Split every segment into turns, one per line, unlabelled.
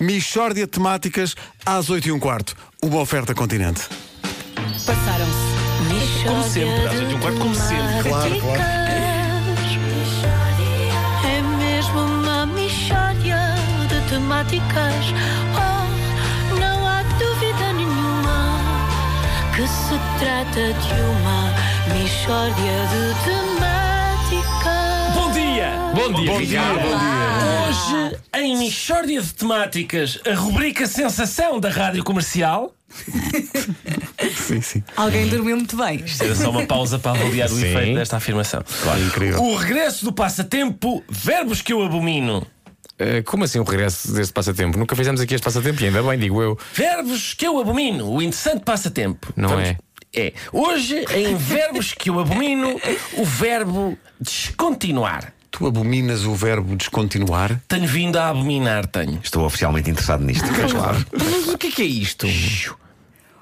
Michórdia de Temáticas às 8 e um quarto. Uma oferta continente.
Passaram-se.
Como sempre, às 8 e um quarto, como sempre.
Claro, claro.
É mesmo uma mixória de temáticas. Oh, não há dúvida nenhuma que se trata de uma mixória de temáticas.
Bom dia! Bom dia,
Ricardo. Bom
Hoje, em Michórdia de Temáticas, a rubrica Sensação da Rádio Comercial.
Sim, sim.
Alguém dormiu muito bem.
Isto era é só uma pausa para avaliar o efeito desta afirmação.
É incrível.
O regresso do passatempo, verbos que eu abomino.
Eh, como assim o regresso deste passatempo? Nunca fizemos aqui este passatempo e ainda bem, digo eu.
Verbos que eu abomino, o interessante passatempo.
Não é?
É. Hoje, em verbos que eu abomino, o verbo descontinuar.
Tu abominas o verbo descontinuar?
Tenho vindo a abominar, tenho.
Estou oficialmente interessado nisto. claro.
Mas o que é que é isto?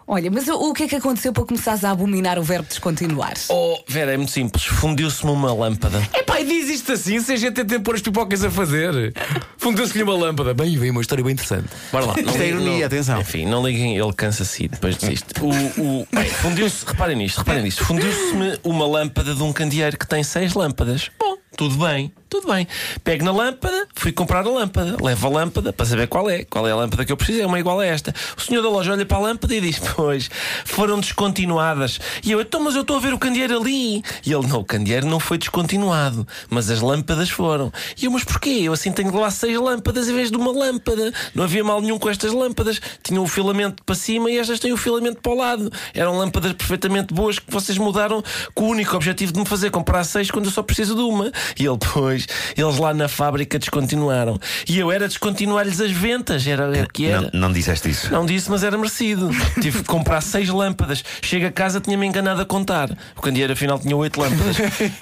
Olha, mas o, o que é que aconteceu para começares a abominar o verbo descontinuar?
Oh, Vera, é muito simples. Fundiu-se-me uma lâmpada.
É pá, e diz isto assim, se a gente tenta pôr as pipocas a fazer. Fundeu-se-lhe uma lâmpada. Bem, vem uma história bem interessante.
Bora lá.
Isto é ironia, atenção.
Enfim, não liguem, ele cansa-se e depois desiste. O, o- bem, fundiu-se, reparem nisto, reparem nisto. Fundiu-se-me uma lâmpada de um candeeiro que tem seis lâmpadas. Bom, tudo bem, tudo bem. Pego na lâmpada, fui comprar a lâmpada, levo a lâmpada para saber qual é. Qual é a lâmpada que eu preciso? É uma igual a esta. O senhor da loja olha para a lâmpada e diz: Pois, foram descontinuadas. E eu, então, mas eu estou a ver o candeeiro ali. E ele, não, o candeeiro não foi descontinuado, mas as lâmpadas foram. E eu, mas porquê? Eu assim tenho lá seis lâmpadas em vez de uma lâmpada. Não havia mal nenhum com estas lâmpadas. Tinham o filamento para cima e estas têm o filamento para o lado. Eram lâmpadas perfeitamente boas que vocês mudaram com o único objetivo de me fazer comprar seis quando eu só preciso de uma. E ele, pois, eles lá na fábrica descontinuaram. E eu era descontinuar-lhes as ventas, era o que era.
Não, não disseste isso.
Não disse, mas era merecido. Tive que comprar seis lâmpadas. Chego a casa, tinha-me enganado a contar. O candeeiro afinal tinha oito lâmpadas.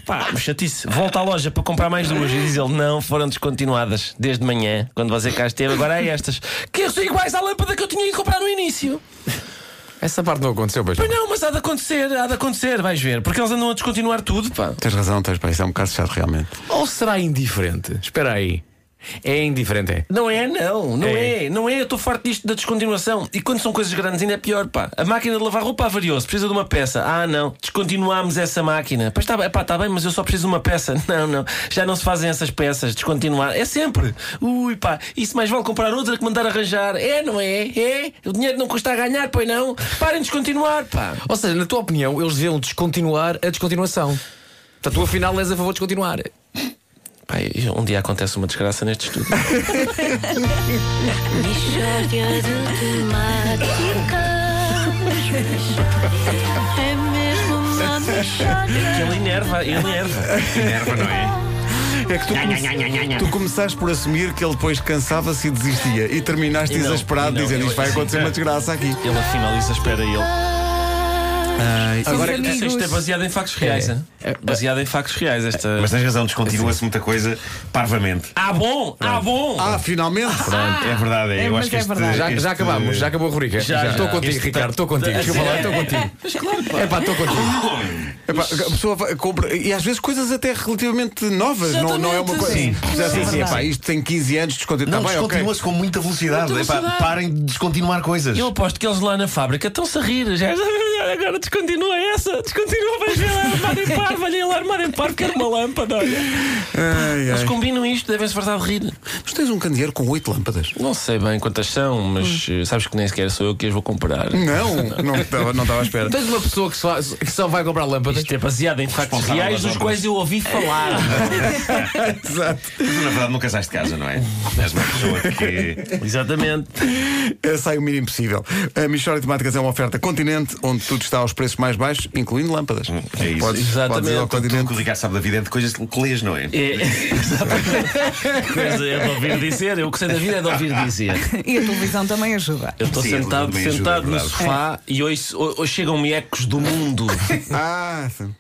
Pá, me chatice. Volto à loja para comprar mais duas. E diz ele: Não, foram descontinuadas desde manhã, quando você cá esteve. Agora há estas. Que são iguais à lâmpada que eu tinha ido comprar no início.
Essa parte não aconteceu, pois. não.
Pois não, mas há de acontecer, há de acontecer, vais ver. Porque eles andam a descontinuar tudo, pá.
Tens razão, tens para isso. É um bocado chato, realmente.
Ou será indiferente? Espera aí. É indiferente, é?
Não é, não, não é, não é. Eu estou farto disto da descontinuação. E quando são coisas grandes, ainda é pior, pá. A máquina de lavar roupa avariou-se, precisa de uma peça. Ah, não, descontinuámos essa máquina. Pois está bem, pá, está bem, mas eu só preciso de uma peça. Não, não, já não se fazem essas peças, descontinuar. É sempre. Ui, pá, isso mais vale comprar outra que mandar arranjar. É, não é? É? O dinheiro não custa a ganhar, pois não? Parem de descontinuar, pá.
Ou seja, na tua opinião, eles deviam descontinuar a descontinuação. Portanto, tu afinal és a favor de descontinuar.
Pá, um dia acontece uma desgraça neste estudo.
Mixória de temáticas. É mesmo uma mixória.
ele enerva, ele enerva.
Minerva, não é?
É que tu, come... tu começaste por assumir que ele depois cansava-se e desistia. E terminaste
E não,
exasperado
e não,
dizendo:
eu-
Isto vai
sim.
acontecer uma desgraça aqui.
Ele afinal isso espera ele.
Agora-
Agora, isto, isto é baseado em factos reais, hein? é. Baseado em factos reais, esta.
Mas é- tens razão, descontinua-se Assim, muita coisa parvamente.
Ah, bom! Ah, bom!
Ah, finalmente!
é verdade, é.
é,
Eu
mas
acho que
é
este,
verdade.
Já,
este-
já acabamos, já acabou a rubrica.
Já, já.
Estou contigo,
Este
Ricardo, estou contigo. Desculpa lá, estou contigo.
Mas claro, pá.
É pá, estou contigo.
Epá, a pessoa vai- compra. E às vezes coisas até relativamente novas, não, não é uma coisa. Sim,
Sim.
sim, sim.
verdade.
Epá, isto tem 15 anos, descontinua.
Não,
Tá bem, ok.
descontinua-se com muita velocidade.
Muita
Epá,
velocidade.
parem de descontinuar coisas.
Eu aposto que eles lá na fábrica estão-se a rir. Já, agora descontinua essa, descontinua, vais ver lá armada em par, vai lá armada em par, quero uma lâmpada. Olha.
Ah, Ai, ai.
Eles combinam isto, devem-se fartar de rir.
Mas tens um candeeiro com 8 lâmpadas.
Não sei bem quantas são, mas eh, sabes que nem sequer sou eu que as vou comprar.
Não, não estava não estava à espera.
Tens uma pessoa que só, que só vai comprar lâmpadas.
Isto é baseado em factos
Responsável
reais
das
dos
obras.
quais eu ouvi falar.
Exato.
Mas tu, na verdade, não casaste de casa, não é? És uma pessoa que.
Exatamente.
É, Sai o mínimo possível. A Michória de Temáticas é uma oferta continente onde tudo está aos preços mais baixos, incluindo lâmpadas.
é isso.
Podes, Podes ir ao
Exatamente.
Tudo o
continente.
que o Ricardo sabe da vida é de coisas que lês, não é?
É, exatamente. Mas é de ouvir dizer, eu o que sei da vida é de ouvir dizer.
E a televisão também ajuda.
Eu estou
Sim,
sentado,
também ajuda,
sentado
é
no
verdade.
sofá e hoje, hoje chegam-me ecos do mundo.
Ah, sim.